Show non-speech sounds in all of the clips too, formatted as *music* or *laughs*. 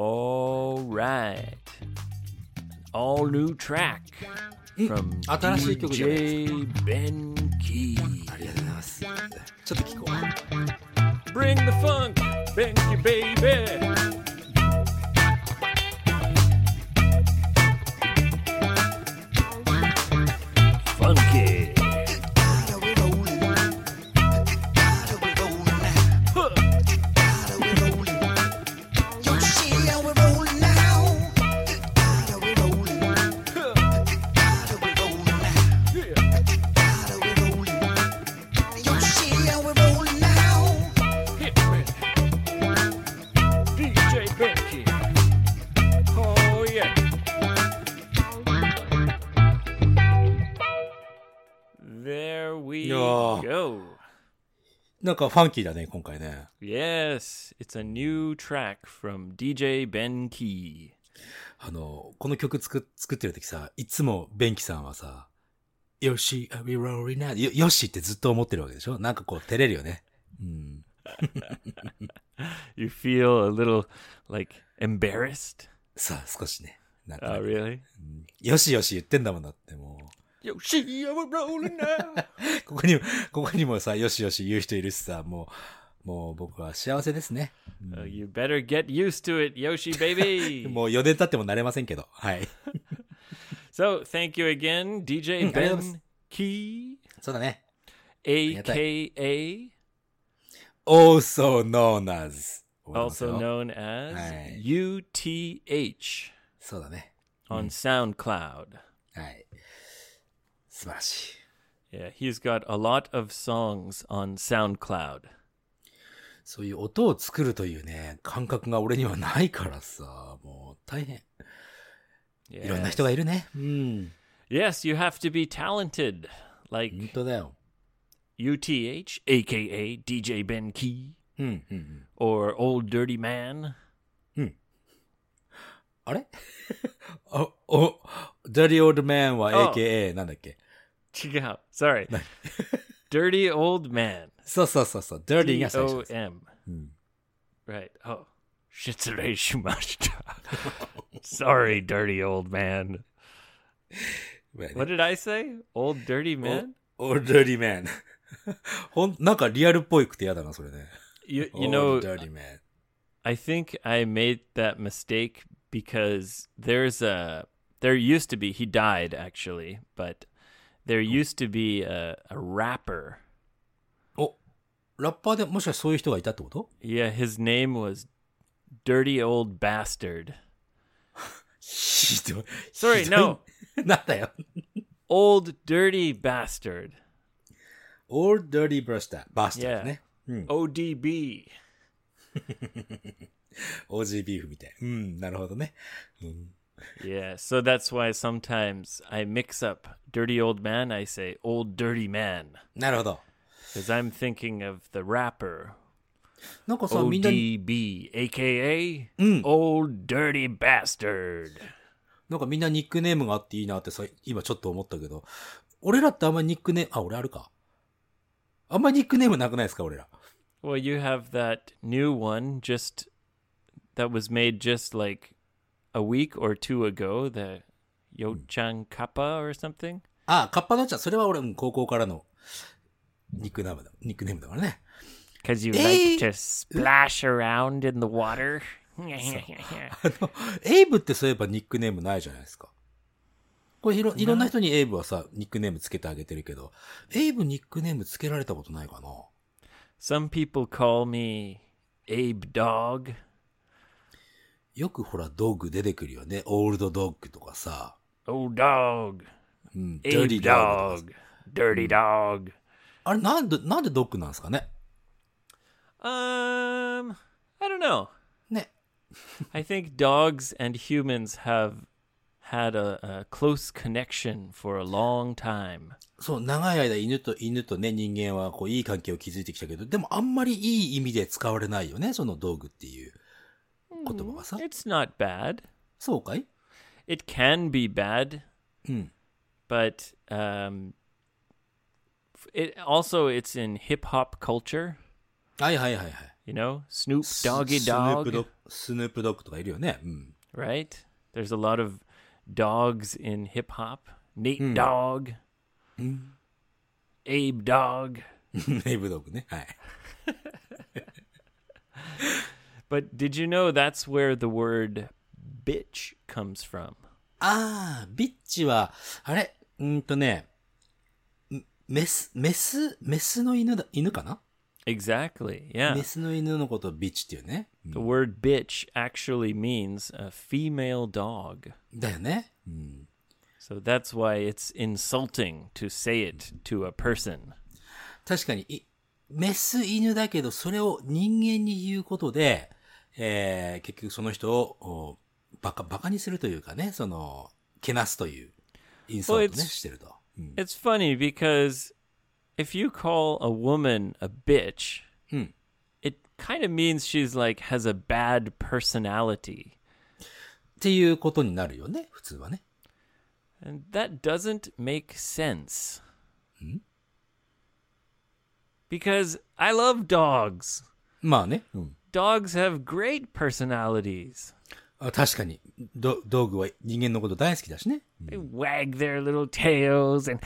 All right. All new track え from 新しい曲じゃないです DJ Ben Key. ありがとうございますちょっと聞こ Bring the funk, Benky baby. ファンキー DJ Benky. Oh yeah. There we Yeah. go. うなんかファンキーだね今回ね Yes, it's a new track from DJ Ben Key. あのこの曲作っ作ってる時さいつもベンキさんはさ「よし are we rolling now よ」よしってずっと思ってるわけでしょなんかこう照れるよねうん、 You feel a little like embarrassed? さあ少しねなんか Oh, really? よしよし言ってんだもんだってもう *laughs* *laughs* Yo, she, we're rolling now. ここにも、ここにもさ、よしよし言う人いるしさ、もう、もう僕は幸せですね。 Uh, you better get used to it, Yoshi *laughs* baby. もう4年経っても慣れませんけど。はい。 so, thank you again, DJ ありがとうございま Ben Key, そう *laughs* だね。 aka also known as. also の known as Right. UTH そうだね。 on SoundCloud. はい。素晴らしい。 Yeah, he's got a lot of songs on SoundCloud. そういう音を作るというね、感覚が俺にはないからさ、もう大変。いろんな Yes, 人がいるね。うん。 yes you have to be talented, 本 like 当だよ。 UTH, aka DJ Ben Key, うん、うん、うん。 or Old Dirty Man. あれ *laughs* あ、お、Dirty Old Man は AKA なんだっけ Check out. Sorry. Dirty Old Man. そうそうそうそう、ダー D が最初 O です。 M. うん。 Right. Oh. *laughs* 失礼しました. Sorry, dirty old man. What did I say? Old dirty man? オールダリーマン。 *laughs* ほん、なんかリアルっぽいくて嫌だな、それね。 You, オ you ー know, ルダリーマン。 I think I made that mistake because there's a there used to be he died actually, but there used to be a, a rapper. お、ラッパーでもしかしてそういう人がいたってこと Yeah, his name was Dirty Old Bastard. ひどい。 Sorry, ひどい *laughs* no. なんだよ。 Old Dirty Bastard. オールダリーブラスター。バスターね。うん。 ODB. OG ビーフみたい。うん、なるほどね。うん。 Yeah, so that's why sometimes I mix up Dirty Old Man, I say Old Dirty Man. なるほど。 Because I'm thinking of the rapper なんかさ、みんな、 ODB, aka Old Dirty Bastard. なんかみんなニックネームがあっていいなってさ、今ちょっと思ったけど、俺らってあんまニックネーム、あ、俺あるか。あんまニックネームなくないですか、俺ら。 Well, you have that new one just that was made just like a week or two ago, the Yochang Kappa or something. ああ、カッパのちゃん、それは俺、うん高校からのニックネームだ、ニックネームだからね。 *laughs* Because you Hey! like to splash around in the *laughs* water. あのエイブってそういえばニックネームないじゃないですか。これいろ、いろんな人にエイブはさ、ニックネームつけてあげてるけど、エイブニックネームつけられたことないかな Some people call me Abe Dog. よくほら、ドッグ出てくるよね。オールドドッグとかさ、 Oh, dog. うん、 Abe ディ Mm, Dirty ードッグとか Dog. Mm. Dirty Dog. あれ、なんで、なんでドッグなんですかね Um, I don't know. ね。 I think dogs and humans have had a, a close connection for a long time. そう、長い間犬と犬とね、人間はこう、いい関係を築いてきたけど、でもあんまりいい意味で使われないよね、その道具っていう言葉がさ。 It's not bad. そうかい It can be bad, うん。 but um, f- it also it's in hip hop culture. はいはいはいはい。 You know, Snoop ス Doggy スヌー Dog. プドッグスヌープドッグとかいるよね。うん。 *laughs* right? There's a lot of dogs in hip hop. Nate Hmm. Dog, Abe Dog. エイブドッグね。はい。 But did you know that's where the word bitch comes from? ああ、ビッチは、あれ、うーんとね、んメス、メス、メスの犬だ、犬かな Exactly. *laughs* Yeah. メスの犬のことをビッチっていうね。 The word bitch actually means a female dog. だよね。 So that's why it's insulting to say it to a person. 確かに、いメス犬だけど、それを人間に言うことで、えー、結局その人を、おバカ、バカにするというかね、その、けなすという、インサートね、 Well, it's- してると。うん、 It's funny because if you call a woman a bitch, Hmm. it kind of means she's like has a bad personality. っていうことになるよね、普通はね。 And that doesn't make sense. Because I love dogs. まあね。うん。 Dogs have great personalities. あ確かに、ど、道具は人間のこと大好きだ *laughs* しね。 They wag their little tails and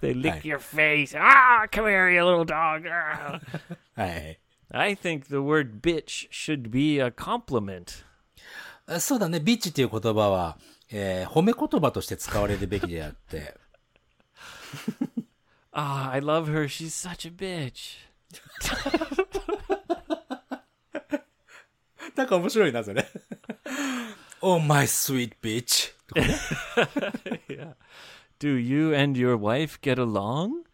they lick はい。 your face. Ah, come here, you little dog. Ah. はい。 I think the word bitch should be a compliment. あそうだね、ビッチっていう言葉は、えー褒め言葉として使われるべきであって、 Ah, I love her. She's such a bitch. なんか面白いな、それ。oh, my sweet bitch. Do you and your wife get along?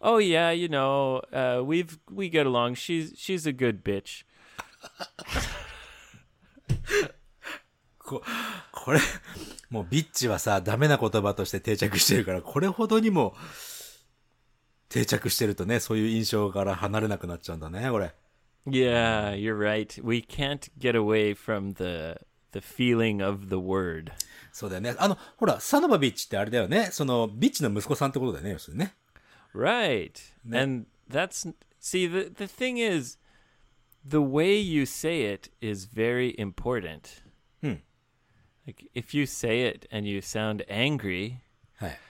Oh yeah, you know, uh, we've we get along. She's she's a good bitch. ここれ、もうビッチはさ、ダメな言葉として定着してるから、これほどにも定着してるとね、そういう印象から離れなくなっちゃうんだね、これ。 Yeah, you're right. We can't get away from the the feeling of the word. そうだよね。あの、ほら、サノバビッチってあれだよね。その、ビッチの息子さんってことだよね、要するにね。 Right. And that's see the the thing is the way you say it is very important. Hmm. Like if you say it and you sound angry, はい。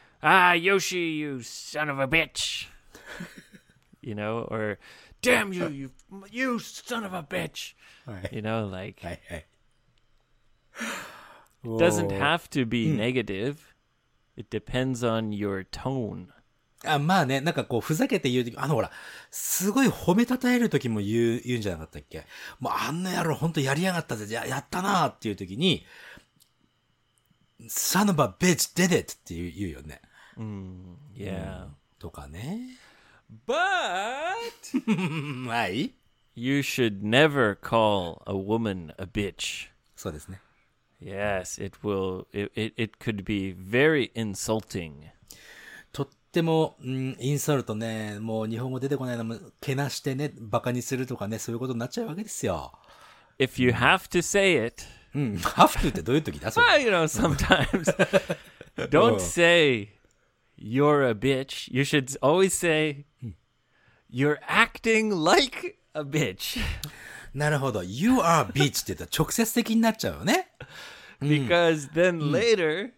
ah Yoshi, you son of a bitch. *laughs* you know, or damn you, you you son of a bitch. はい。 You know, like はい、はい。 doesn't have to be negative. It depends on your tone. あまあね、なんかこう、ふざけて言うとき、あのほら、すごい褒めたたえるときも言う、言うんじゃなかったっけもうあんな野郎ほんとやりやがったぜ、ややったなーっていうときに、サノバベッチデデッって言う言うよね。 Yeah. とかね。 But うん、はい。 You should never call a woman a bitch. そうですね。 Yes, it will. It, it, it could be very insulting. とっても、うん、インサルトね、もう日本語出てこないのも、けなしてね、バカにするとかね、そういうことになっちゃうわけですよ。 If you have to say it, うん、ハフトゥってどういうときだそれ well, you know, *laughs* sometimes don't say you're a bitch. You should always say you're acting like a bitch *laughs* なるほど。You are a bitch って言ったら直接的になっちゃうよね。 because then later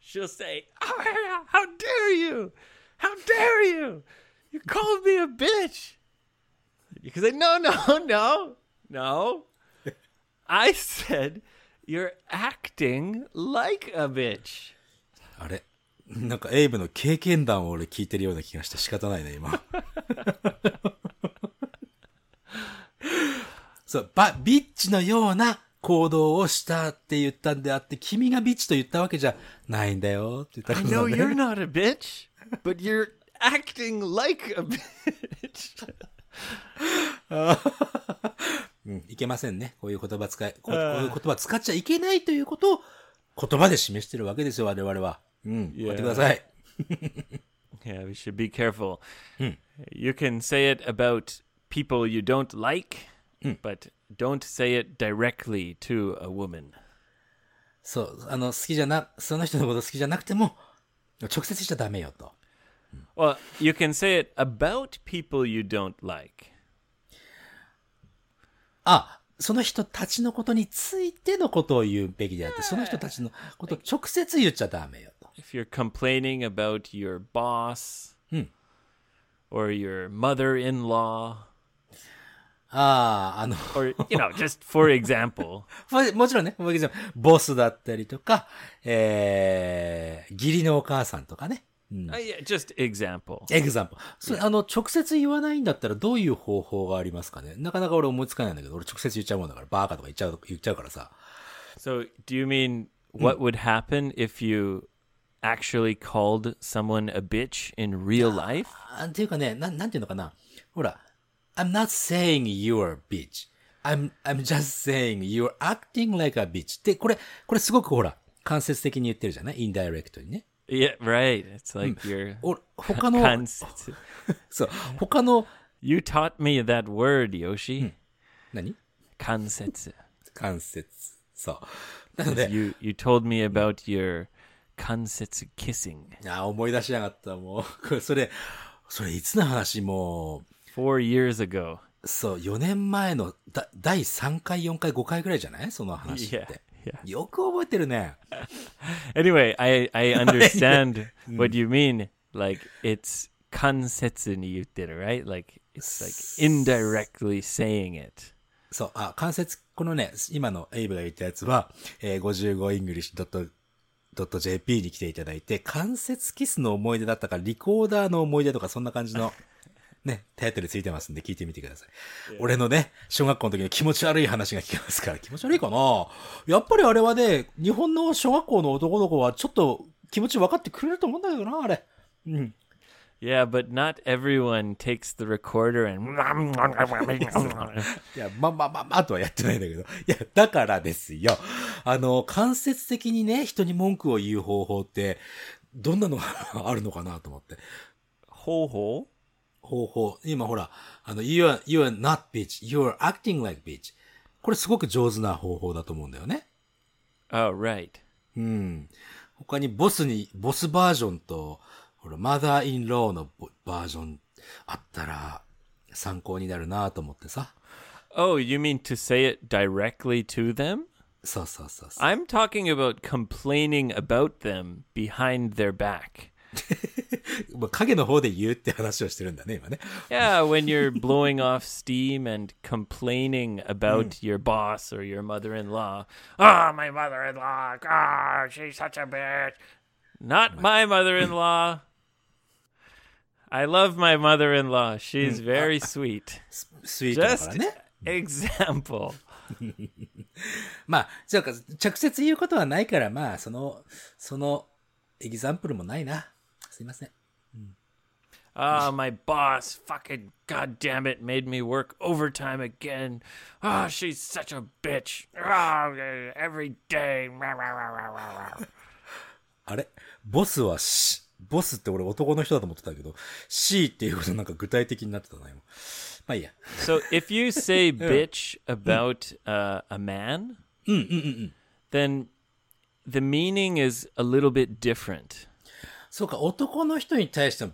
she'll say, Oh, yeah, how dare you! How dare you! You called me a bitch! You can say, No, no, *laughs* no, no. I said you're acting like a bitch. あれなんかエイブの経験談を俺聞いてるような気がして仕方ないね、今。 *laughs* そう、ば、ビッチのような行動をしたって言ったんであって、君がビッチと言ったわけじゃないんだよって言った I ん know だ you're ね。 not a bitch, but you're acting like a *laughs* bitch. うん、いけませんね。こういう言葉使い、こうこういう言葉使っちゃいけないということを言葉で示してるわけですよ、我々は。うん、やってください。 Yeah, we should be careful. You can say it about people you don't like, but don't say it directly to a woman. そう、あの、好きじゃな、その人のこと好きじゃなくても、直接しちゃダメよと。 Well, you can say it about people you don't like. あ、その人たちのことについてのことを言うべきであって、その人たちのことを直接言っちゃダメよと。 If you're complaining about your boss Hmm. or your mother in law, ああ、あの、 *laughs* or, you know, just for example, まもちろんね、もちろんボスだったりとか、えー、義理のお母さんとかね。うん。 Uh, yeah, just example. エグザンプル。それ、あの、直接言わないんだったらどういう方法がありますかねなかなか俺思いつかないんだけど、俺直接言っちゃうもんだから、バーカとか言っちゃう、言っちゃうからさ。 So, do you mean what would happen if you actually called someone a bitch in real life? あっていうかね、なん、なんていうのかな。ほら、I'm not saying you're a bitch. I'm, I'm just saying you're acting like a bitch. で、これ、これすごくほら、間接的に言ってるじゃないインダイレクトにね。 Yeah, right. It's like you're お、他の、 constant. そう、他の、 You taught me that word, Yoshi. 何 Kansetsu. 間接。そう。なので、 You you told me about your kansetsu kissing あー思い出しやがった、もう。これ、それ、それいつの話もう、 four years ago. そう、4年前のだ第3回、4回、5回ぐらいじゃないその話 Yeah, って。yeah. よく覚えてるね。 Anyway, I I understand what you mean. Like it's kansetsu ni yutte right? Like it's like indirectly saying it. そう、あ、関節、このね、今のエイブが言ったやつは、えー、55english.jp に来ていただいて、関節キスの思い出だったか、リコーダーの思い出とか、そんな感じの、ね、タイトルついてますんで聞いてみてください。俺のね、小学校の時の気持ち悪い話が聞けますから、気持ち悪いかなやっぱりあれはね、日本の小学校の男の子はちょっと気持ち分かってくれると思うんだけどな、あれ。 Yeah, but not everyone takes the recorder and *laughs* いや、まあまあまあまあとはやってないんだけど。いや、だからですよ。あの、間接的にね、人に文句を言う方法って、どんなのがあるのかなと思って。 ho ho. 方法。今ほら、あの、you are, you are not bitch, you are acting like bitch. これすごく上手な方法だと思うんだよね。 Oh, right. うん。他にボスに、ボスバージョンと、ほら、マザーインローのボバージョンあったら、参考になるなと思ってさ。 Oh, you mean to say it directly to them? そうそうそうそう。 I'm talking about complaining about them behind their back. まあ影の方で言うって話をしてるんだね、今ね。 Yeah, when you're blowing off steam and complaining about your boss or your mother in law. Ah, my mother in law. Ah, she's such a bitch. Not my mother in law. I love my mother in law. She's very sweet. ススイートだか Just らね。 example. まあ、じゃあ、直接言うことはないから、まあ、その、その、エキザンプルもないな。すいません。 Ah, my boss fucking goddamn it made me work overtime again. Ah, she's such a bitch. Ah, every day. Rah, rah, rah, rah, rah, rah. あれボスはし、ボスって俺男の人だと思ってたけど、C っていうことなんか具体的になってたな、今。まあいいや。 So if you *laughs* say bitch about uh, a man, mm, then the meaning is a little bit different. そうか、男の人に対しての、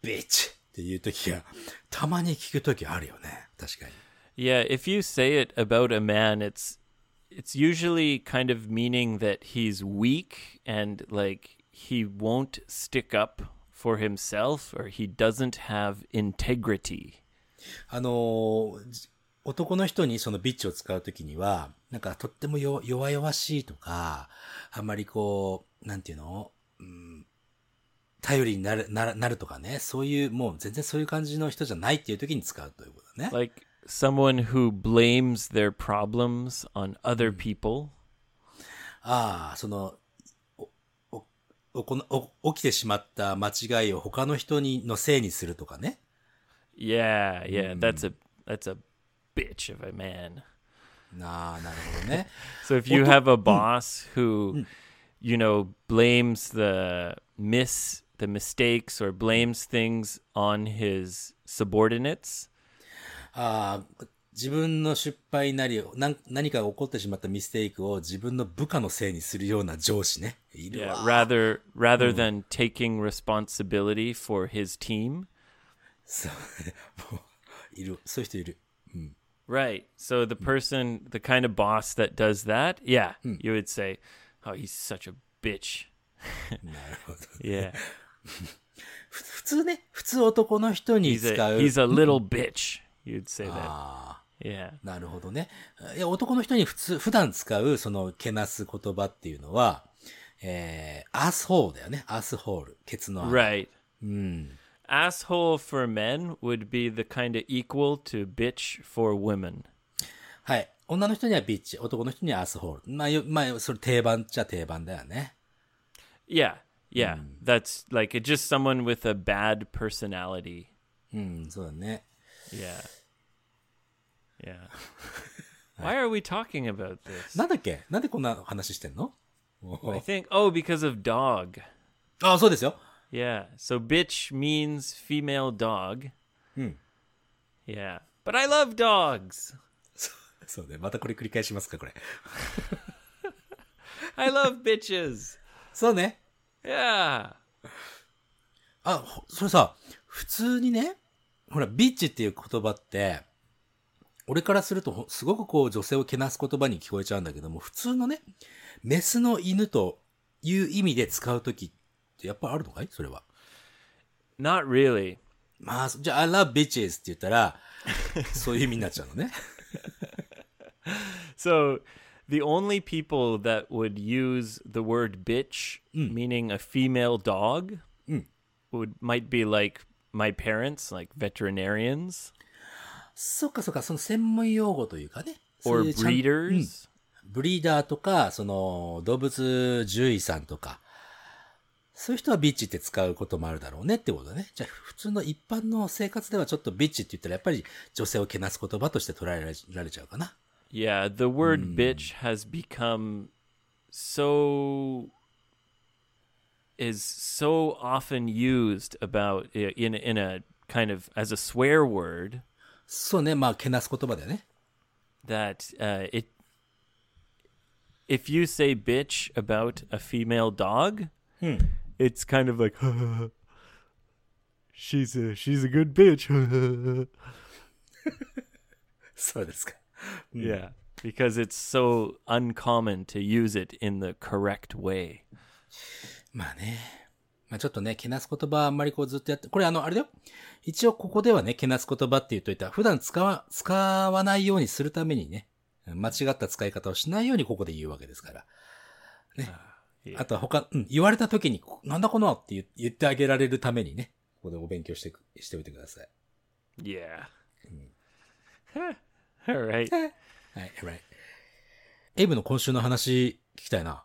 ビッチっていう時が、たまに聞く時あるよね。確かに。 Yeah, if you say it about a man, it's it's usually kind of meaning that he's weak and like he won't stick up for himself or he doesn't have integrity. あのーじ男の人にそのビッチを使うときには、なんかとってもよ弱々しいとか、あんまりこう、なんていうの、うん、頼りになるなるなるとかね、そういう、もう全然そういう感じの人じゃないっていうときに使うということだね。 Like someone who blames their problems on other people. ああ、その、お、お、おこのお、起きてしまった間違いを他の人にのせいにするとかね。 Yeah, yeah, that's a that's a bitch of a man. ああ、なるほどね。 So if you have a boss who, you know, blames the miss the mistakes or blames things on his subordinates, ああ、自分の失敗なり、なん何かが起こってしまったミステイクを自分の部下のせいにするような上司ね。いる yeah, Hmm. わ。 rather rather than taking responsibility for his team, *laughs* そう。もういる。そういう人いる。 Right. So the person, the kind of boss that does that, yeah, you would say, "Oh, he's such a bitch." なるほど。 *laughs* Yeah, 普通ね、普通男の人に he's 使 a う。 he's a little bitch. You'd say that. あ Yeah. ーなるほどね。いや、男の人に普通、普段使う、その、けなす言葉っていうのは、えー、アースホールだよね。アースホール。ケツの穴。 Right. Asshole for men would be the kind of equal to bitch for women. はい。女の人にはビッチ、男の人にはアースホール。まあ、よまあ、それ定番っちゃ定番だよね。 Yeah. Yeah. That's like it just someone with a bad personality. うん、そうだね。 Yeah. Yeah. Why are we talking about this? なんだっけなんでこんな話してんの I think oh because of dog. ああ、そうですよ。 Yeah. So bitch means female dog. Yeah. But I love dogs. そうね。またこれ繰り返しますか、これ。 I love *laughs* bitches. そうね。 Yeah. あ、ほそれさ、普通にね、ほら、ビッチっていう言葉って、俺からするとほ、すごくこう、女性をけなす言葉に聞こえちゃうんだけども、普通のね、メスの犬という意味で使うときって、やっぱあるのかいそれは。 Not really. まあ、じゃあ、I love bitches って言った *laughs* ら、そういう意味になっちゃうの *laughs* ね。 So the only people that would use the word bitch meaning a female dog would might be like my parents, like veterinarians そっかそっか、その専門用語というかね。 or そういうちゃん breeders. ブリーダーとか、その、動物獣医さんとか、そういう人はビッチって使うこともあるだろうねってことだね。じゃあ、普通の一般の生活ではちょっとビッチって言ったら、やっぱり女性をけなす言葉として捉えられられちゃうかな。 Yeah, the word bitch has become so is so often used about in in a kind of as a swear word そうね、まあ、けなす言葉だよね。 that uh, it if you say bitch about a female dog, it's kind of like *laughs* she's a she's a good bitch. *laughs* そうですか。 yeah, because it's so uncommon to use it in the correct way. まあね。まあちょっとね、けなす言葉あんまりこうずっとやって、これあの、あれだよ。一応ここではね、けなす言葉って言っといたら、普段使わ、使わないようにするためにね、間違った使い方をしないようにここで言うわけですから。ね。あとは他、うん、言われた時に、こなんだこのって言言ってあげられるためにね、ここでお勉強してく、しておいてください。 Yeah. Hmm. All right. はい、right. エイブの今週の話聞きたいな。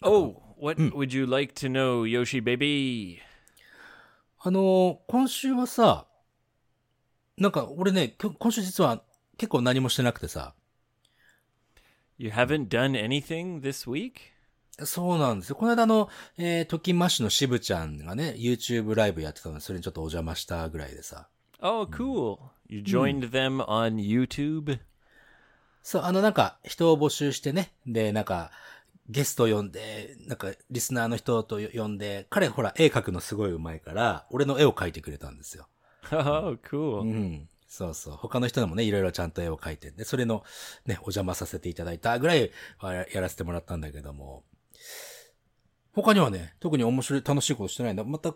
Oh, what would you like to know, Yoshi baby? あのー今週はさ、なんか俺ね、きょ今週実は結構何もしてなくてさ、 You haven't done anything this week? そうなんですよ。この間あの、えー、ときましのしぶちゃんがね、YouTube ライブやってたので、それにちょっとお邪魔したぐらいでさ。 Oh, cool. You joined them on YouTube? そう、あのなんか、人を募集してね、で、なんか、ゲスト呼んで、なんか、リスナーの人とよ呼んで、彼ほら、絵描くのすごい上手いから、俺の絵を描いてくれたんですよ。 Oh, cool. うん。そうそう。他の人でもね、いろいろちゃんと絵を描いてんで、それの、ね、お邪魔させていただいたぐらいはややらせてもらったんだけども。他にはね、特に面白い、楽しいことしてないんだ。また、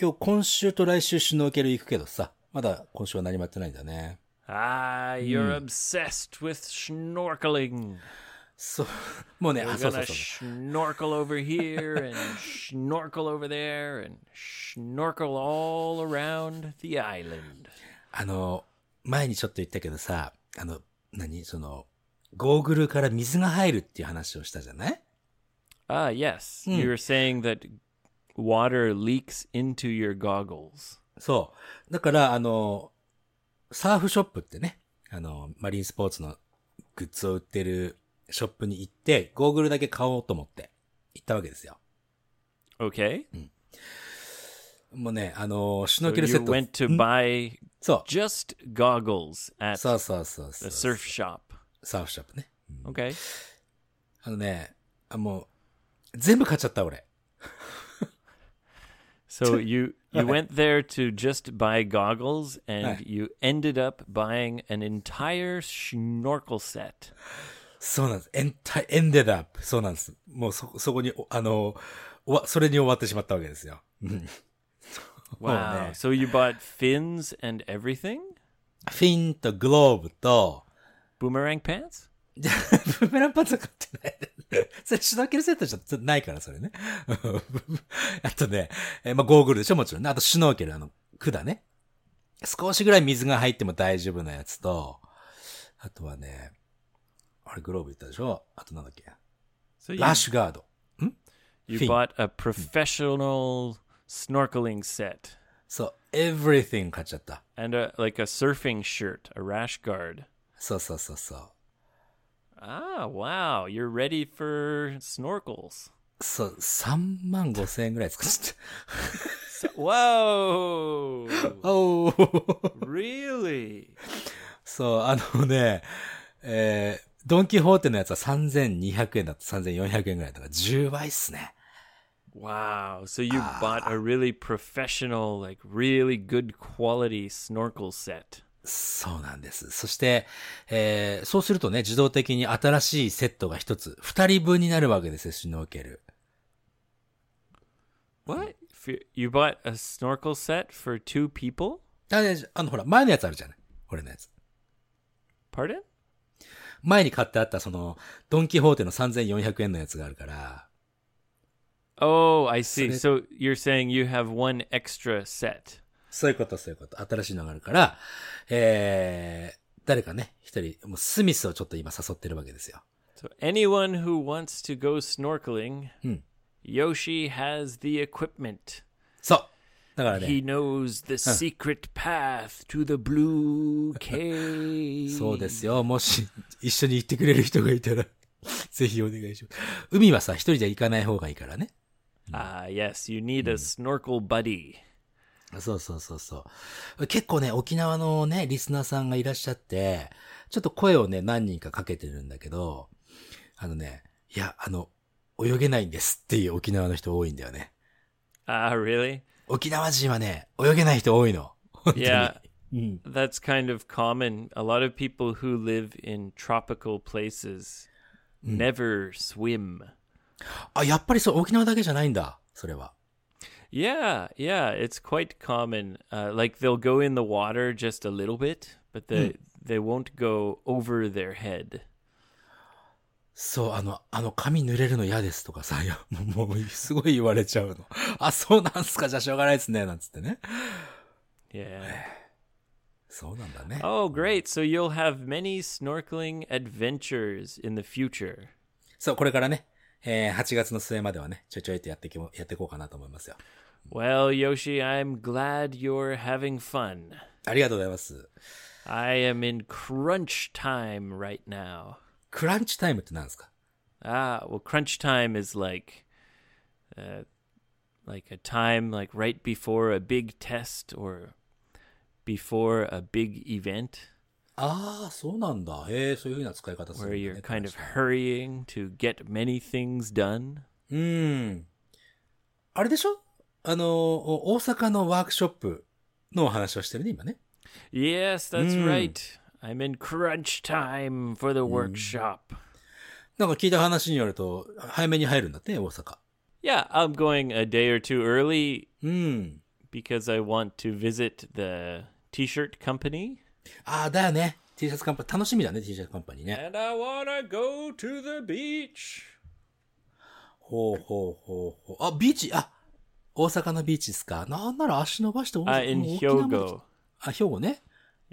今日、今週と来週シュノーケル行くけどさ、まだ今週は何もやってないんだね。 Ah, you're obsessed with snorkeling. そう。もうね、あ、 We're そうそう gonna そう。 snorkel over here and snorkel over there and snorkel all around the island. あの、前にちょっと言ったけどさ、あの、何その、ゴーグルから水が入るっていう話をしたじゃない Ah, yes. You were saying that water leaks into your goggles. そう。だから、あの、サーフショップってね、あの、マリンスポーツのグッズを売ってるショップに行って、ゴーグルだけ買おうと思って行ったわけですよ。 Okay. もうね、あの、シュノー So ケルセ you ット。 went to buy そ just goggles う。 at そうそうそうそう a surf shop. サーフショップね。 Okay. あのね、あもう、全部買っちゃった俺。 *laughs* So you you went there to just buy goggles, and you ended up buying an entire snorkel set. そうなんです。エンタ、エンデダップ。そうなんです。もうそ、そこに、おあの、おわ、それに終わってしまったわけですよ。うん。 Wow! man. So you bought fins and everything, フィンとグローブと、 boomerang pants. じゃあ、ブーメランパンツは買ってない。それ、シュノーケルセットじゃないから、それね。 *laughs* あとね、えまあ、ゴーグルでしょ、もちろんね。あと、シュノーケル、あの、管ね。少しぐらい水が入っても大丈夫なやつと、あとはね、あれ、グローブ言ったでしょあとなんだっけ So Hmm. you, ラッシュガード。 you fin. bought a professional snorkeling set そう、everything 買っちゃった。 and a, like a surfing shirt, a rash guard. そうそうそうそう。 Ah, wow! You're ready for snorkels. そう、3万5千円ぐらい使っちゃっ So, whoa! *laughs* た。おー really? そう、あのね、えー、ドンキホーテのやつは3200円だと3400円ぐらいだから10倍っすね。 Wow. So you bought a really professional, like really good quality snorkel set. そうなんです。そして、えー、そうするとね、自動的に新しいセットが一つ、二人分になるわけですよ、シュノーケル。 What? F you bought a snorkel set for two people? だね、あの、ほら、前のやつあるじゃない俺のやつ。 Pardon? 前に買ってあった、その、ドンキホーテの3400円のやつがあるから、 Oh, I see. Set. So you're saying you have one extra set. そういうこと、そういうこと。新しいのがあるから、えー、誰かね、一人、もうスミスをちょっと今誘ってるわけですよ。 So anyone who wants to go snorkeling, Hmm. Yoshi has the equipment. そう。だからね。 He knows the secret path to the *laughs* blue cave. そうですよ。もし、一緒に行ってくれる人がいたら、 *laughs* ぜひお願いします。海はさ、一人じゃ行かない方がいいからね。 Ah, yes. You need a snorkel buddy. そうそうそうそう。結構ね、沖縄のね、リスナーさんがいらっしゃって、ちょっと声をね、何人かかけてるんだけど、あのね、いや、あの、泳げないんですっていう沖縄の人多いんだよね。 Ah, really? 沖縄人はね、泳げない人多いの。本当に。 Yeah. うん。 That's kind of common. A lot of people who live in tropical places never swim. あ、やっぱりそう、沖縄だけじゃないんだ。それは。 Yeah, yeah, it's quite common. Uh, like they'll go in the water just a little bit, but the, they won't go over their head. そう、あの、あの、髪濡れるの嫌ですとか *laughs* さ、いや、もう、もうすごい言われちゃうの。あ、そうなんすか、じゃあしょうがないですね、なんつってね。 Yeah. そうなんだね。 Oh, great. So you'll have many snorkeling adventures in the future. そう、これからね、えー、8月の末まではね、ちょいちょいとやってきも、やっていこうかなと思いますよ。 Well, Yoshi, I'm glad you're having fun. ありがとうございます。 I am in crunch time right now. クランチタイムって何ですか Ah, well, crunch time is like, uh, like a time like right before a big test or before a big event ああ、そうなんだ。へえ、そういうふうな使い方するんだ where ね、 you're kind of クランチ hurrying to get many things done. タイムうーん。あれでしょあのー、お大阪のワークショップのお話をしてるね、今ね。 Yes, that's Mm. right. I'm in crunch time for the workshop. なんか聞いた話によると、早めに入るんだってね、大阪。 Yeah, I'm going a day or two early うん。 because I want to visit the t-shirt company ああ、だよね。T シャツカンパ、楽しみだね、T シャツカンパニーね。 and I want to go to the beach. ほうほうほうほう。あ、ビーチ、あ、大阪のビーチですか。なんなら足伸ばして大 Uh, 阪 in もう沖縄まで来 Hyogo. あ、兵庫ね。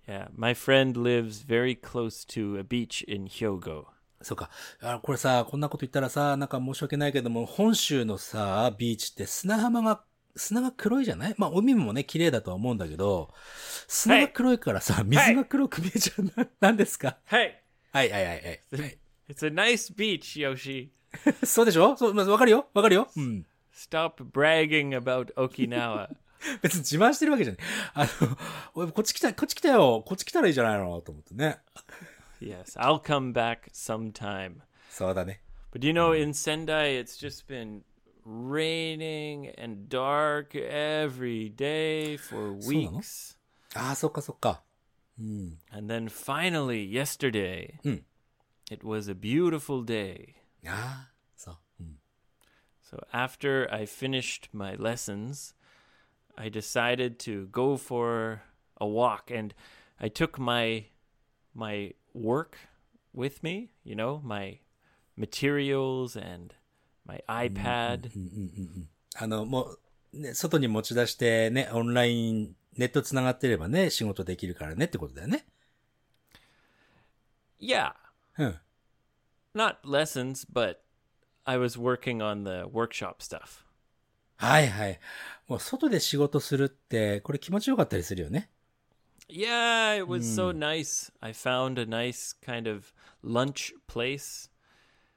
Yeah, my friend lives very close to a beach in Hyogo. そうか。あこれさ、こんなこと言ったらさ、なんか申し訳ないけども、本州のさ、ビーチって砂浜が、砂が黒いじゃないまあ、海もね、綺麗だとは思うんだけど、砂が黒いからさ、水が黒く見えちゃうな、なんですか Hey, はいはいはいはい。 it's a nice beach, Yoshi. そうでしょそう、まあわかるよわかるようん。 Stop bragging about *laughs* Okinawa. 別に自慢してるわけじゃない。あの、おいこっち来た、こっち来たよ、こっち来たらいいじゃないのと思ってね。 yes, I'll come back sometime. そうだね。 But you know, in Sendai, it's just been raining and dark every day for weeks. ああ、そっかそっか。うん。 And then finally, yesterday, Hmm. it was a beautiful day. ああ、そう。うん。 So after I finished my lessons, I decided to go for a walk and I took my my work with me, you know, my materials and my iPad. あの、もう、ね、外に持ち出してね、オンライン、ネット繋がってればね、仕事できるからねってことだよね。 Yeah, うん。 not lessons, but I was working on the workshop stuff. はいはい。もう外で仕事するって、これ気持ちよかったりするよね。 Yeah, it was so nice. I found a nice kind of lunch place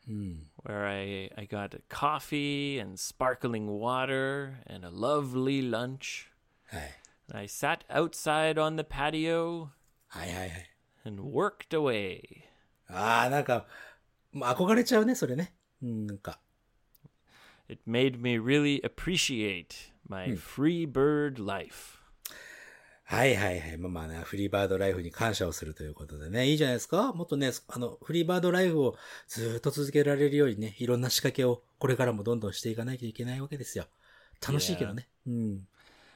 where I, I got a coffee and sparkling water and a lovely lunch. はい。 And I sat outside on the patio はいはいはい。 and worked away. ああ、なんか、もう憧れちゃうね、それね。うん、なんか。 It made me really appreciate my free bird life. はいはいはい。まあまあね、フリーバードライフに感謝をするということでね、いいじゃないですかもっとね、あの、フリーバードライフをずーっと続けられるようにね、いろんな仕掛けをこれからもどんどんしていかなきゃいけないわけですよ。楽しいけどね。うん。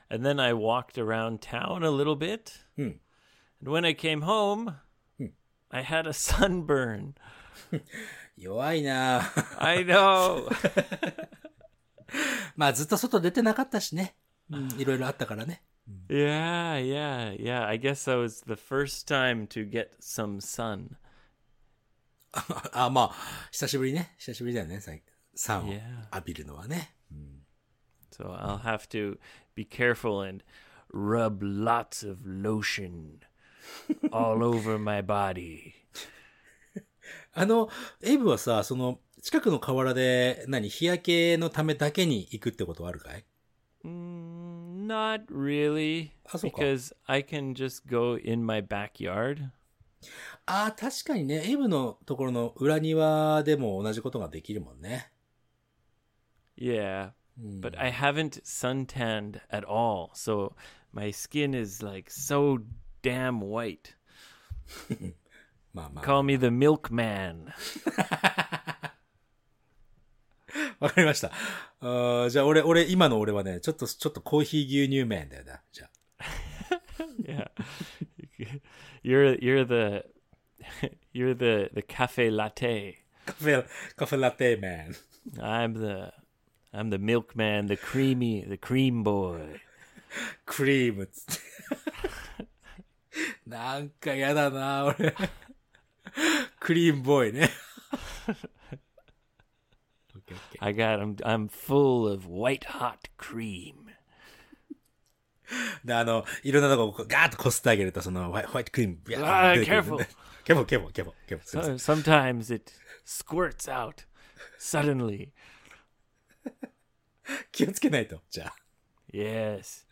And then I walked around town a little bit. Hmm. And when I came home, I had a *laughs* sunburn. 弱いなぁ I know. *laughs* まあずっと外出てなかったしね。うん、いろいろあったからね。 yeah, yeah, yeah. I guess that was the first time to get some sun. あ、まあ、久しぶりね。久しぶりだよね、さサンを Yeah. 浴びるのはね。 So I'll have to be careful and rub lots of lotion all over my body. あの、エイブはさ、その、近くの河原で、何、日焼けのためだけに行くってことはあるかい Mm, not really. あ、そうか。 Because I can just go in my backyard. ああ、確かにね、エイブのところの裏庭でも同じことができるもんね。 Yeah. But I haven't suntanned at all. So my skin is like so damn white. まあまあ。 Call me the milkman. わかりました。あーじゃあ俺、俺、今の俺はね、ちょっと、ちょっとコーヒー牛乳麺だよな。じゃあ。 Yeah. *laughs* you're you're the *laughs* you're the the cafe latte. カフェ、カフェラテ麺。 I'm the I'm the milkman, the creamy, the cream boy. クリームっつって。 *laughs* なんかやだな、俺。クリームボーイね。 I got I'm I'm full of white hot cream. で、あの、いろんなとここうガーッとこすってあげると、その、ホワイホワイトクリーム、ビャあー出てくるんで careful ケボ、ケボ、ケボ、ケボ。すいません So- Sometimes it squirts out suddenly. 気をつけないと。じゃあ。 Yes.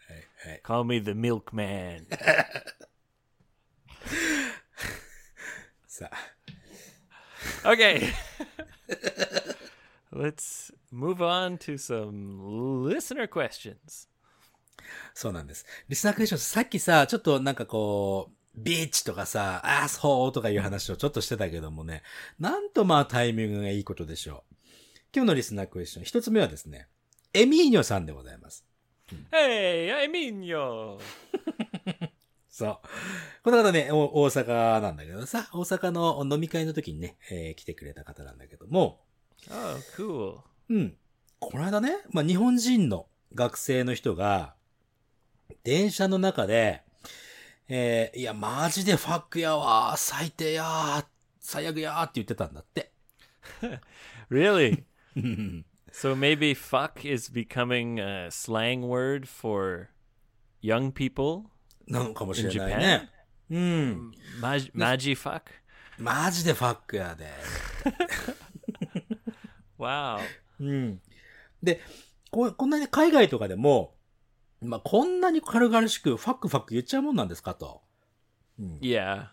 Call me the milkman. さあ。 Okay. *laughs* Let's move on to some listener questions. そうなんです。リスナークエスチョン、さっきさ、ちょっとなんかこう、ビーチとかさ、アースホーとかいう話をちょっとしてたけどもね、なんとまあタイミングがいいことでしょう。今日のリスナークエスチョン、一つ目はですね、エミーニョさんでございます。 Hey, I mean yo. そう。この方ね、お大阪なんだけどさ、大阪の飲み会の時にね、えー来てくれた方なんだけども、 Oh, cool. うん。この間ね、まあ、日本人の学生の人が、電車の中で、えーいや、マジでファックやわー、最低やー、最悪やーって言ってたんだって。 Really? *laughs* so maybe fuck is becoming a slang word for young people? なのかもしれないね。うん。 Maj- Maji fuck? マジでファックやで。 Wow. うん。で、ここんなに海外とかでも、まあ、こんなに軽々しくファックファック言っちゃうもんなんですかと。 Yeah.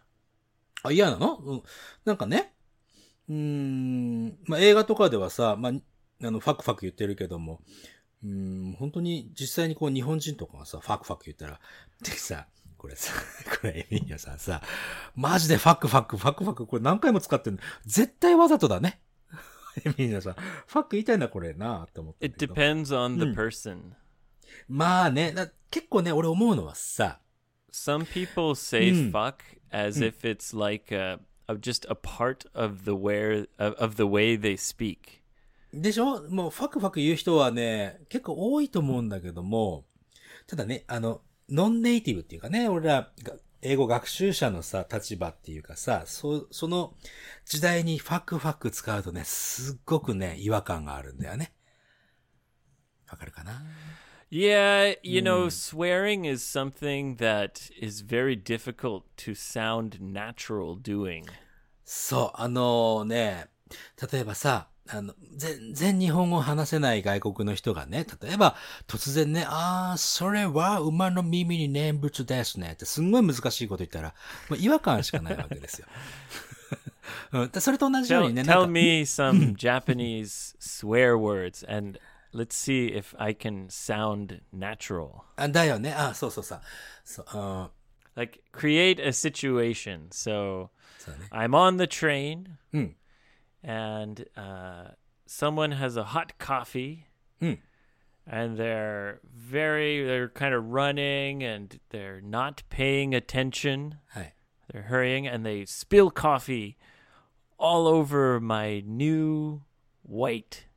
あ、嫌なのうん。なんかね、うーん、まあ、映画とかではさ、まあ、あの、ファクファク言ってるけども、うーん、本当に実際にこう日本人とかがさ、ファクファク言ったら、でさ、これさ、 *laughs* これエミーニョさんさ、マジでファクファク、ファクファク、これ何回も使ってるの。絶対わざとだね。 *laughs* エミーニョさん、ファック言いたいな、これな、って思って。 It Hmm. depends on the Mm. person. まあね、な結構ね、俺思うのはさ、 Some people say Mm. fuck as if it's like a, a, just a part of the where of, of the way they speak. でしょもうファクファク言う人はね、結構多いと思うんだけども、ただね、あの、ノンネイティブっていうかね、俺らが、英語学習者のさ、立場っていうかさ、そ、その時代にファクファク使うとね、すっごくね、違和感があるんだよね。わかるかな Yeah, you know, swearing is something that is very difficult to sound natural doing. そう、あのね、例えばさ、あの、全然日本語を話せない外国の人がね、例えば、突然ね、あー、それは馬の耳に念仏ですねって、すんごい難しいこと言ったら、もう違和感しかないわけで *laughs* すよ。うん、でそれと同じよう Tell, にね、なん tell か me some Japanese swear words and let's see if I can sound natural. あだよね、あそうそうさ、そう、うん、 Like, create a situation. So, そうだね。 I'm on the train, Mm. and uh, someone has a hot coffee, Mm. and they're very they're kind of running and they're not paying attention. はい。 They're hurrying and they spill coffee all over my new white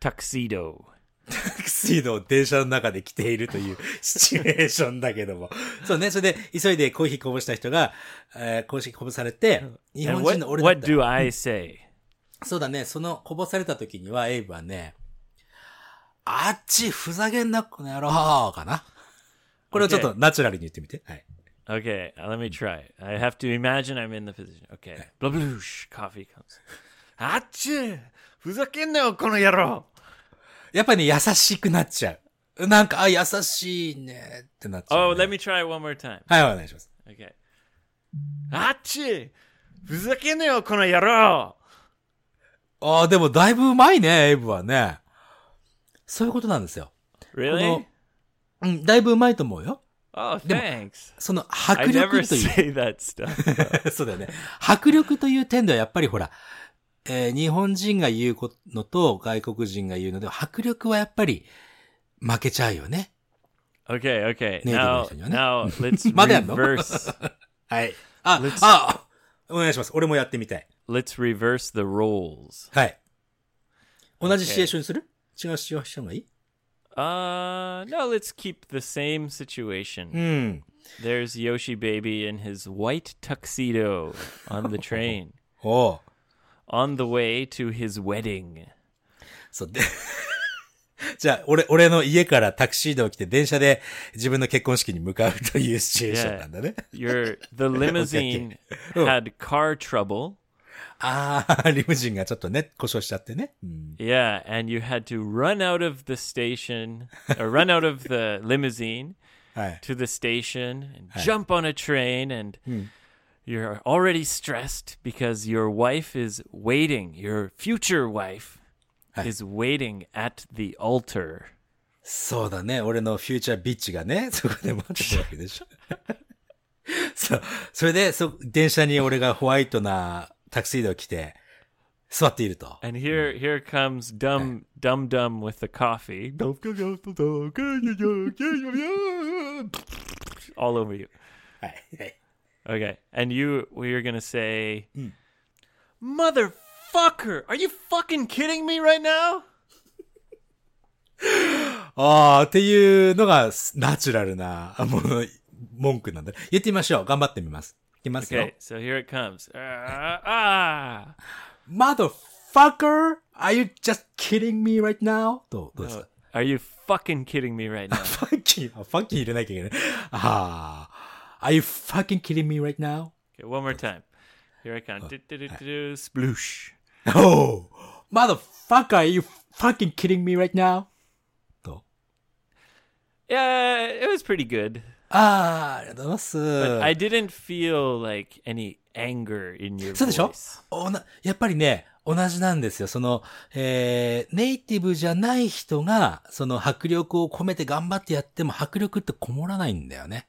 tuxedo. タクシーの電車の中で着ているというシチュエーションだけども。そうね、それで急いでコーヒーこぼした人が、えーコーヒーこぼされて、日 And 本 what, 人の俺だっ what たら do I say? そうだね、そのこぼされた時には、エイブはね、あっち、ふざけんな、この野郎かな。これをちょっとナチュラルに言ってみて。はい。 Okay, uh, let me try. I have to imagine I'm in the position. Okay. Blabloosh, coffee comes. *laughs* Achoo! ふざけんなよ、この野郎やっぱり、ね、優しくなっちゃう。なんか、あ、優しいね、ってなっちゃ Oh, う、 let me try one more time. はい、お願いします。 Okay. Achoo! ふざけんなよ、この野郎ああ、でもだいぶうまいね、エイブはね。そういうことなんですよ。 Really? うん、だいぶうまいと思うよ。 Oh, thanks. その I 迫 never *laughs* 力とい say う。that stuff. *laughs* そうだよね。迫力という点ではやっぱりほら、えー日本人が言うこのと外国人が言うので、迫力はやっぱり負けちゃうよね。 Okay, okay. Native Now, version, yeah? now let's まだやんの reverse. はい。あ Let's-、あ、お願いします。俺もやってみたい。 Let's reverse the roles. はい。同じシチュエーションにする、違うシチュエーションがいい Uh, no, let's keep the same situation. うん。 There's Yoshi Baby in his white tuxedo on the train おう。 on the way to his wedding. そうで。 *laughs* じゃあ、俺、俺の家からタクシードを着て電車で自分の結婚式に向かうというシチュエーションなんだね。 Your the limousine Oh. had car trouble. ああ、リムジンがちょっとね、故障しちゃってね。うん、 Yeah, and you had to run out of the station or run out of the limousine はい。 to the station and jump on a train and you're already stressed because your wife is waiting. Your future wife Hey. is waiting at the altar. そうだね。俺のフューチャービッチがね、 *laughs* そこで待ってたわけでしょ。 *laughs* そう。それで、そ、電車に俺がホワイトなタクシードを着て、座っていると。 And here, here comes dumb, dumb, dumb with the coffee all over you. はい。はい。 Okay, and you, we are gonna say, motherfucker, are you fucking kidding me right now? あー、っていうのが、ナチュラルな、あもう、文句なんだ。言ってみましょう。頑張ってみます。いきますよ。 Okay, so here it comes. Uh, ah, Motherfucker! Are you just kidding me right now? どうどうですか、Oh, are you fucking kidding me *laughs* right now? *laughs* ファッキー、あファッキー入れなきゃいけない。あー。Are you fucking kidding me right now? Okay, one more time. Here I come. Do-do-do-do-do, Sploosh. Oh, *laughs* motherfucker, are you fucking kidding me right now? と。 Yeah, it was pretty good. あー、ありがとうございます。 But I didn't feel like any anger in your そうでしょ voice. おなやっぱりね、同じなんですよ。その、えー、ネイティブじゃない人が、その迫力を込めて頑張ってやっても迫力ってこもらないんだよね。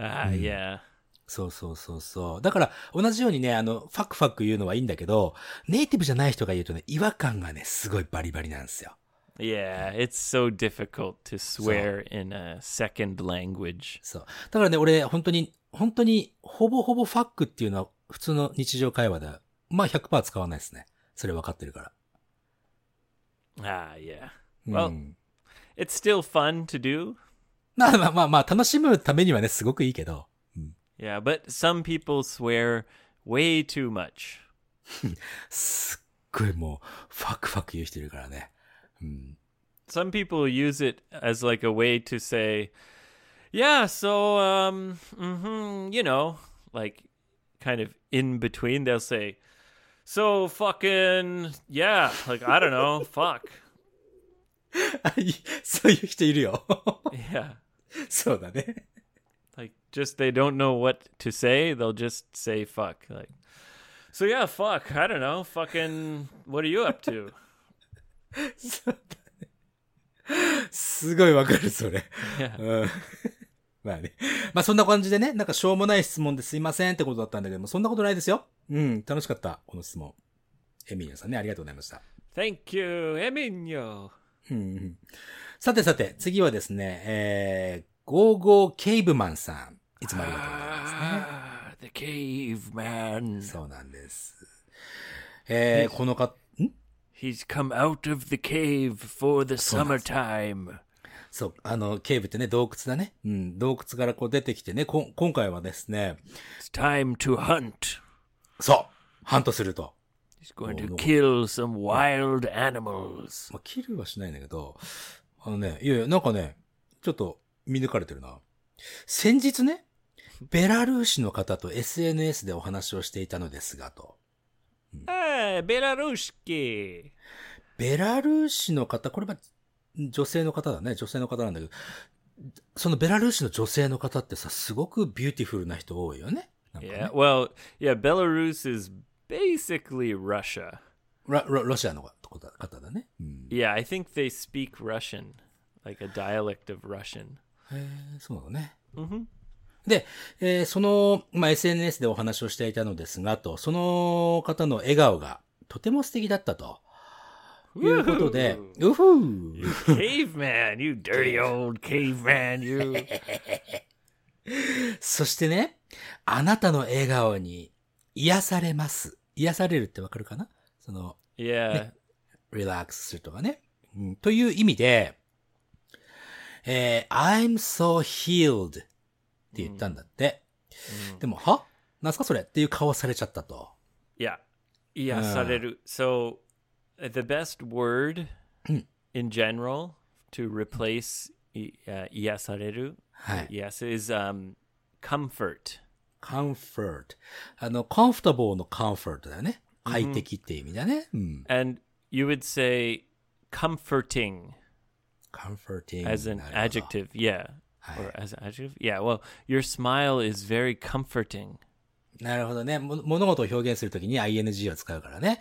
Ah, Mm. yeah. そうそうそうそう。だから、同じようにね、あの、ファクファク言うのはいいんだけど、ネイティブじゃない人が言うとね、違和感がね、すごいバリバリなんですよ。 Yeah, it's so difficult to swear in a second language. そう。だからね、俺、本当に、本当に、ほぼほぼファックっていうのは、普通の日常会話では、まあ100%使わないですね。それ分かってるから。 Ah, yeah. うん Well- It's still fun to do. まあまあまあまあ、楽しむためにはね、すごくいいけど。 Yeah, but some people swear way too much. すっごいもう、ファクファク言う人いるからね。うん。 Some people use it as like a way to say, yeah, so um, hmm you know, like kind of in between. They'll say, so fucking yeah, like I don't *laughs* know, fuck あい *laughs* そういう人いるよ。 yeah. *laughs* そうだね。 Like just they don't know what to say. They'll just say fuck. Like so yeah, fuck. I don't know. Fucking what are you up *laughs* to? そうだね。すごいわかる、それ。 Yeah. うん。 *laughs* まあね。まあそんな感じでね、なんかしょうもない質問ですいませんってことだったんだけども、そんなことないですよ。うん、楽しかった、この質問。エミリアさんね、ありがとうございました。 Thank you, Emilio. うんうんさてさて、次はですね、えー、ゴーゴーケイブマンさん。いつもありがとうございま Ah, すね。the caveman. そうなんです。えー、このか、ん He's come out of the cave for the summertime. そう、あの、ケイブってね、洞窟だね。うん、洞窟からこう出てきてね、こん今回はですね、 It's time to hunt. そうハントすると。 He's going Oh, to no. Oh, kill some wild animals. まあ、キルはしないんだけど、あのね、いやいや、なんかね、ちょっと見抜かれてるな。先日ね、ベラルーシの方と SNS でお話をしていたのですが、と。 Ah, Belaruski. ベラルーシの方、これは女性の方だね、女性の方なんだけど、そのベラルーシの女性の方ってさ、すごくビューティフルな人多いよね。なんか Yeah, ね well, yeah, Belarus is basically Russia. ロロロシアの方だ方だね。うん、 Yeah, I think they speak Russian, like a dialect of *laughs* Russian. そうなのね。で、えーその、まあ、SNS でお話をしていたのですが、と、その方の笑顔がとても素敵だったと。いうことで、うふう Caveman, you dirty old caveman, *laughs* you. *laughs* そしてね、あなたの笑顔に癒されます。癒されるってわかるかなその、 Yeah. リラックスするとかね。うんという意味で、えー I'm so healed って言ったんだって。でも、はなんすかそれっていう顔されちゃったと。 Yeah. Yeah, sareru. So, uh, the best word in general to replace i- uh, iasareru はい。 yes, is um, comfort. comfort. あの、comfortable の comfort だよね。快適っていう意味だね。うん。 And you would say comforting. comforting. as an なるほど adjective, yeah. Or as an adjective, yeah. Well, your smile is very comforting. なるほどね。も物事を表現するときに ing を使うからね。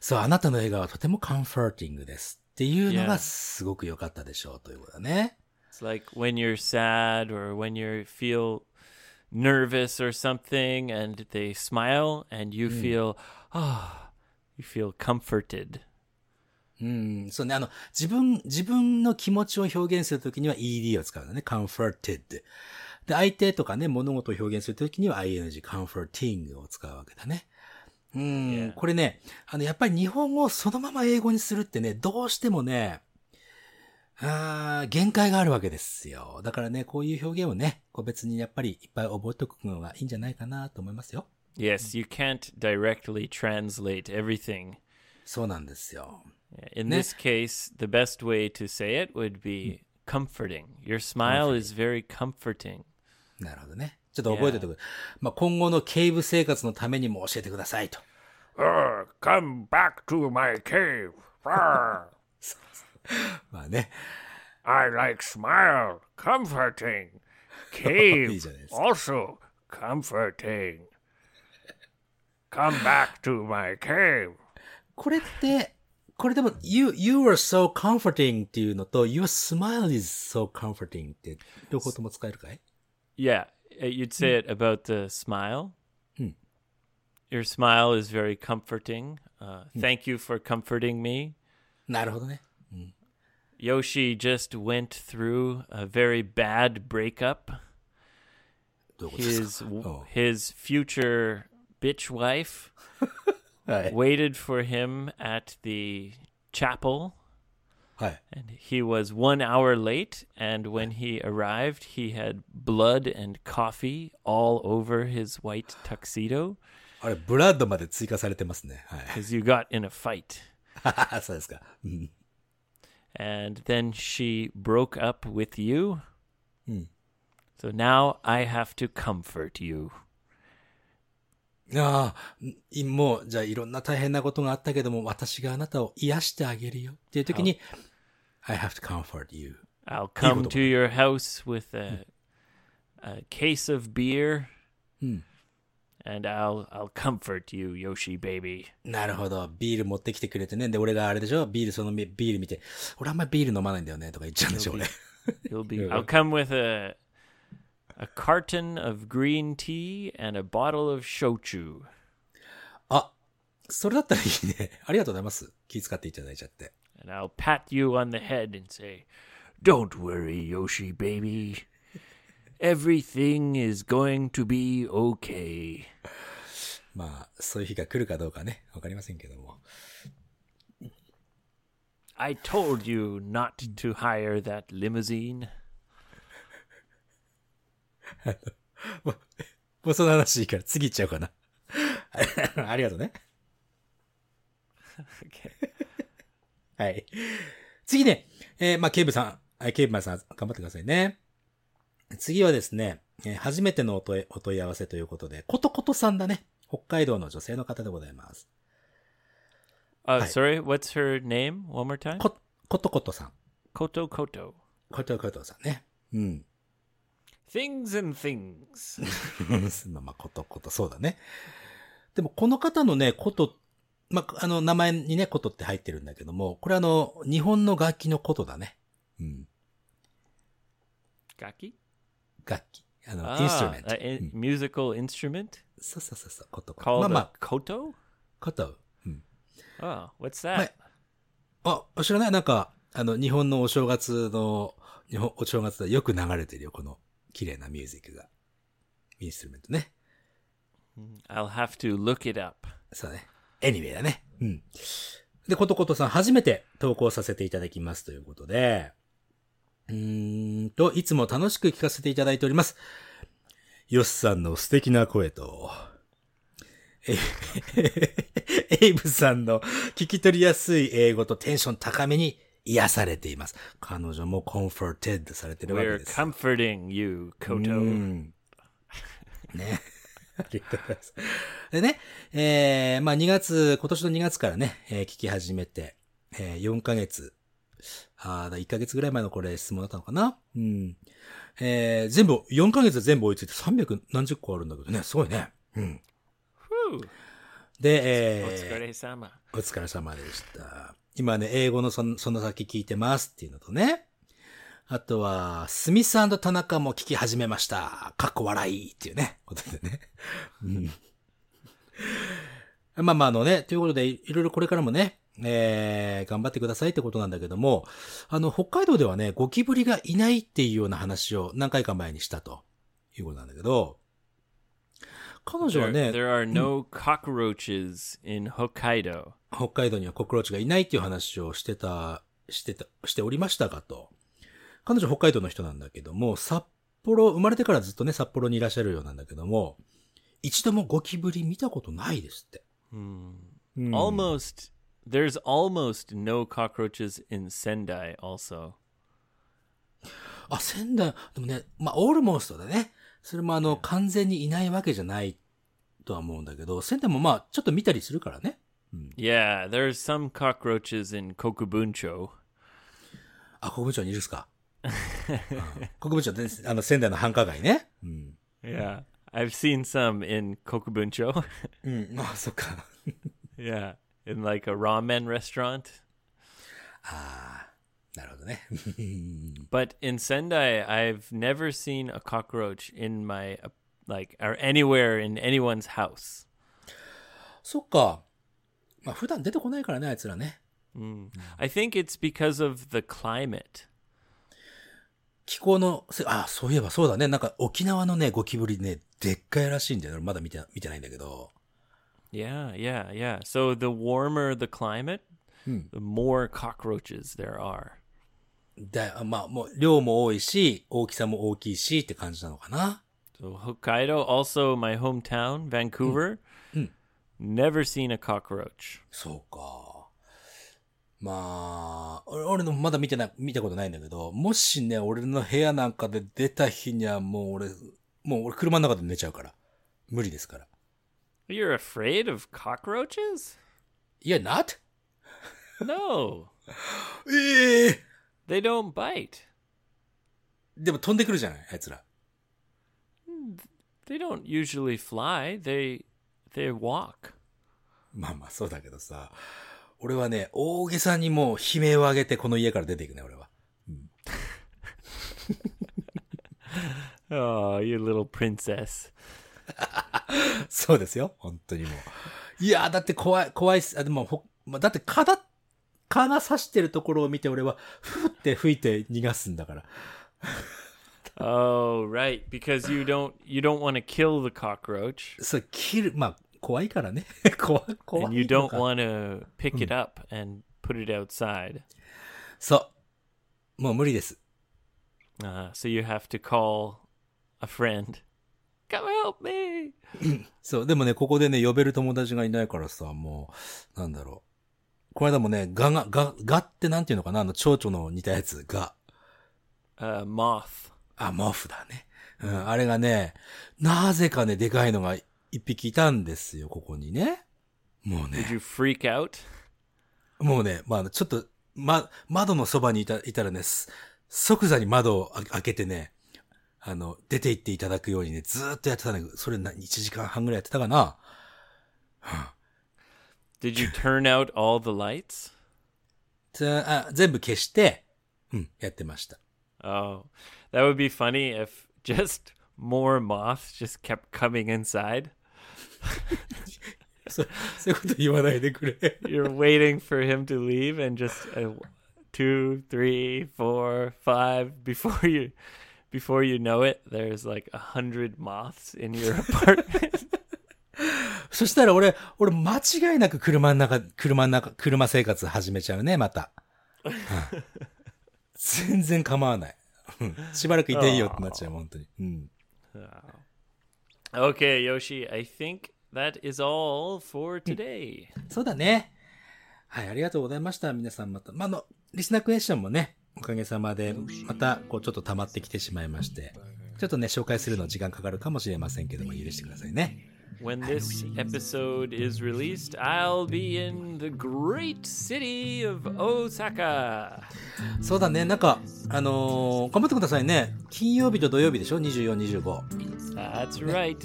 そう、あなたの笑顔はとても comforting です。っていうの Yeah. がすごく良かったでしょうということだね。 It's like when you're sad or when you feel nervous or something, and they smile, and you feel ah, you feel comforted. うん、そうね。あの、自分、自分の気持ちを表現するときには ed を使うんだね。comforted。で、相手とかね、物事を表現するときには ing、comforting を使うわけだね。うん、 Yeah. これね、あの、やっぱり日本語をそのまま英語にするってね、どうしてもね、あー限界があるわけですよ。だからね、こういう表現をね、個別にやっぱりいっぱい覚えておくのがいいんじゃないかなと思いますよ。 Yes, you can't directly translate everything. そうなんですよ。 In Ne- this case, the best way to say it would be comforting. Your smile is very comforting. なるほどね。ちょっと覚えておいてください。まあ、今後の警部生活のためにも教えてくださいと。 Ugh, come back to my cave. Rawr. *laughs* まあね。 I like smile, comforting. Cave Jesus. also comforting. Come back to my cave. これって、これでも、you, you are so comforting っていうのと、your smile is so comforting って、両方とも使えるかい Yeah, uh, you'd say it about the smile. Hmm. Your smile is very comforting. Uh, Thank you for comforting me. なるほどね。 Yoshi just went through a very bad breakup. どういうことで His すか w- おう his future bitch wife はい。 waited for him at the chapel, はい。 and he was one hour late. And when he arrived, he had blood and coffee all over his white tuxedo あれ、ブラッドまで追加されてますね。はい。 because you got in a fight. *laughs* そうですか。うん。 and then she broke up with you. So now I have to comfort you. ああ、いもう、じゃあいろんな大変なことがあったけども、私があなたを癒してあげるよっていう時に、I have to comfort you. I'll come Evil to your house with a, a case of beer, and I'll I'll comfort you, Yoshi baby. なるほど。ビール持ってきてくれてね。で、俺があれでしょビール、そのビール見て、俺あんまりビール飲まないんだよね。とか言っちゃうんでしょ、俺。 *laughs* You'll be. I'll come with a a carton of green tea and a bottle of shochu. あ、それだったらいいね。ありがとうございます。気遣っていただいちゃって。 and I'll pat you on the head and say, Don't worry, Yoshi baby. Everything is going to be okay. まあ、そういう日が来るかどうかね。わかりませんけども。 I told you not to hire that limousine. もうその話いいから次行っちゃおうかな。 *laughs* ありがとうね。はい。次ね、えーまあ、ケイブさん、はいケイブマンさん、頑張ってくださいね。次はですね、えー初めてのお問いお問い合わせということで、ことことさんだね。北海道の女性の方でございます。 Uh, Hi. Sorry, what's her name? One more time? こ、ことことさん。 Koto Koto. ことことさんね。うん。 Things and things. まあまあ、ことこと、そうだね。でも、この方のね、こと、まあ、あの、名前にね、ことって入ってるんだけども、これあの、日本の楽器のことだね。うん。 Gaki? 楽器。あの、 Ah, インストゥルメント。 a in- musical instrument そうそうそうそう、ことこと。 called まあ a まあ、 koto? こと。うん。 Oh, what's は that? い。あ、知らないなんか、あの、日本のお正月の、日本、お正月でよく流れてるよ、この、綺麗なミュージックが。インストゥルメントね。 I'll have to look it up. そうだね。anyway だね。うん。で、ことことさん、初めて投稿させていただきますということで、うーんと、いつも楽しく聞かせていただいております。よしさんの素敵な声と、えエイブさんの聞き取りやすい英語とテンション高めに癒されています。彼女もコンフォーテッドされてるわけ We're です。 comforting you, う Koto. ん。 *laughs* ね。 *laughs* ありがとうございます。でね、えー、まあ2月、今年の2月からね、えー聞き始めて、えー、4ヶ月、ああ、1ヶ月ぐらい前のこれ質問だったのかなうん。えー、全部、4ヶ月で全部追いついて300何十個あるんだけどね、すごいね。うん。 Whew. で、えー、お疲れ様。お疲れ様でした。今ね、英語のそのその先聞いてますっていうのとね。あとは、スミス田中も聞き始めました。かっこ笑いっていうね、ことでね。うん。まあまああのね、ということで、いいろいろこれからもね、えー、頑張ってくださいってことなんだけども、あの、北海道ではね、ゴキブリがいないっていうような話を何回か前にしたということなんだけど、彼女は There, ね、 there are no cockroaches in Hokkaido. 北海道にはコクローチがいないっていう話をしてた、してた、しておりましたかと。彼女北海道の人なんだけども、札幌、生まれてからずっとね、札幌にいらっしゃるようなんだけども、一度もゴキブリ見たことないですって。うん Almost there's almost no cockroaches in Sendai also. あ、仙台、でもね、まあ、オールモンストだね。それもあの、完全にいないわけじゃないとは思うんだけど、仙台もまあ、ちょっと見たりするからね。 Yeah, there's some cockroaches in Kokubuncho. あ、国務省にいるっすか。うん国務省です、あの、仙台の繁華街ね。うん。 Yeah. *laughs* I've seen some in Kokubuncho. うん、あ、そっか。 yeah. in like a ramen restaurant. ああ、なるほどね。 But in Sendai, I've never seen a cockroach in my uh, like or anywhere in anyone's house. そっか。まあ普段出てこないからね、あいつらね。 I think it's because of the climate. 気候のせ、ああ、そういえばそうだね。なんか沖縄のね、ゴキブリね、でっかいらしいんだよね。俺まだ見て見てないんだけど。 Yeah, yeah, yeah. So the warmer the climate, the more cockroaches there are. で、あまあもう量も多いし、大きさも大きいしって感じなのかな。 So Hokkaido, also my hometown, Vancouver, never seen a cockroach. そうか。まあ、俺俺のまだ見てない、見たことないんだけど、もしね、俺の部屋なんかで出た日にはもう俺、もう俺車の中で寝ちゃうから。無理ですから。 You're afraid of cockroaches? いや、not? No, ええ they don't bite. でも飛んでくるじゃない、あいつら。 They don't usually fly. They they walk. まあまあそうだけどさ、俺はね、大げさにもう悲鳴を上げてこの家から出ていくね、俺は。 *laughs* Oh, you little princess. そうですよ、本当にもう。いやー、だって怖い、怖いっす。あ、でもほ、まあ、だって蚊だ、蚊が刺してるところを見て俺は、ふーって吹いて逃がすんだから。 *laughs* Oh, right, because you don't you don't want to kill the cockroach そう、切る、まあ、怖いからね。 *laughs* 怖い、怖い and のか。 you don't want to pick it up and put it outside. そう。もう無理です。 Uh, so you have to call a friend. Come help me. そう、でもね、ここでね、呼べる友達がいないからさ、もう、なんだろう。この間もね、ガが、ガ、ガってなんていうのかなあの、蝶々の似たやつ、ガ。 Uh, moth. あ、モフだね。うん、あれがね、なぜかね、でかいのが一匹いたんですよ、ここにね。もうね、 Did you freak out? もうね、まあ、ちょっと、ま、窓のそばにいた、いたらね、す即座に窓をあ開けてね、あの、出て行っていただくようにね、ずーっとやってたんだけど、それな、1時間半ぐらいやってたかな Did you turn out all the lights? つあ全部消して、うん、やってました。 Oh, that would be funny if just more moths just kept coming inside. そ、そういうこと言わないでくれ。 You're waiting for him to leave, and just uh, two, three, four, five before you before you know it, there's like a hundred moths in your apartment. そしたら俺、俺間違いなく車の中、車の中、車生活始めちゃうね、また。うん全然構わない。うんしばらくいていいよってなっちゃう、本当に。うん。 okay, Yoshi, I think that is all for today. そうだね。はい、ありがとうございました。皆さんまた。まあ、あの、リスナークエスチョンもね、おかげさまで、また、こう、ちょっと溜まってきてしまいまして、ちょっとね、紹介するの時間かかるかもしれませんけども、許してくださいね。 When this episode is released, I'll be in the great city of Osaka. そうだね、なんか、あのー頑張ってくださいね。金曜日と土曜日でしょ ?24、25。 That's right.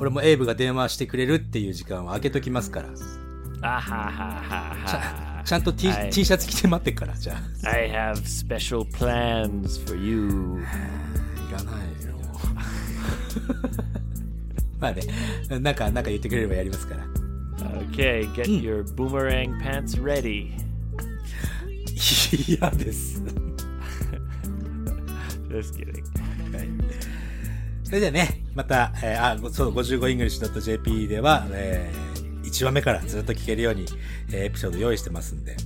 俺もエイブが電話してくれるっていう時間は空けときますから。 Ah, ha, ha, ha, ha. *laughs* ちゃんと T, はい T シャツ着て待ってっか *laughs* ら、じゃあ。 I have special plans for you. いらないよ。まあね、なんか、なんか言ってくれればやりますから。 Okay, get your boomerang pants ready. 嫌です。 Just kidding. それではね、また、えーあ、ごそう、55english.jp では、え1話目からずっと聞けるように、えーエピソード用意してますんで、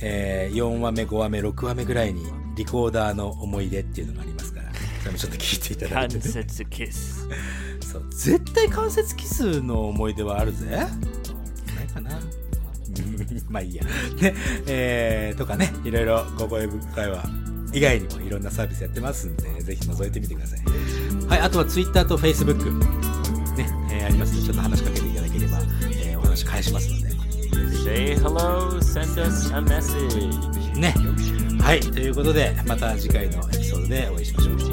え4話目、5話目、6話目ぐらいに、リコーダーの思い出っていうのがありますから、それもちょっと聞いていただいて、ね。 Kansetsu kiss. そう絶対関節キスの思い出はあるぜないかなまあいいやねえーとかねいろいろご声深いは以外にもいろんなサービスやってますんでぜひ覗いてみてくださいはいあとは Twitter と Facebook ね、えーありますのでちょっと話しかけていただければ、えーお話返しますので Say hello, send us a message. ねはいということでまた次回のエピソードでお会いしましょう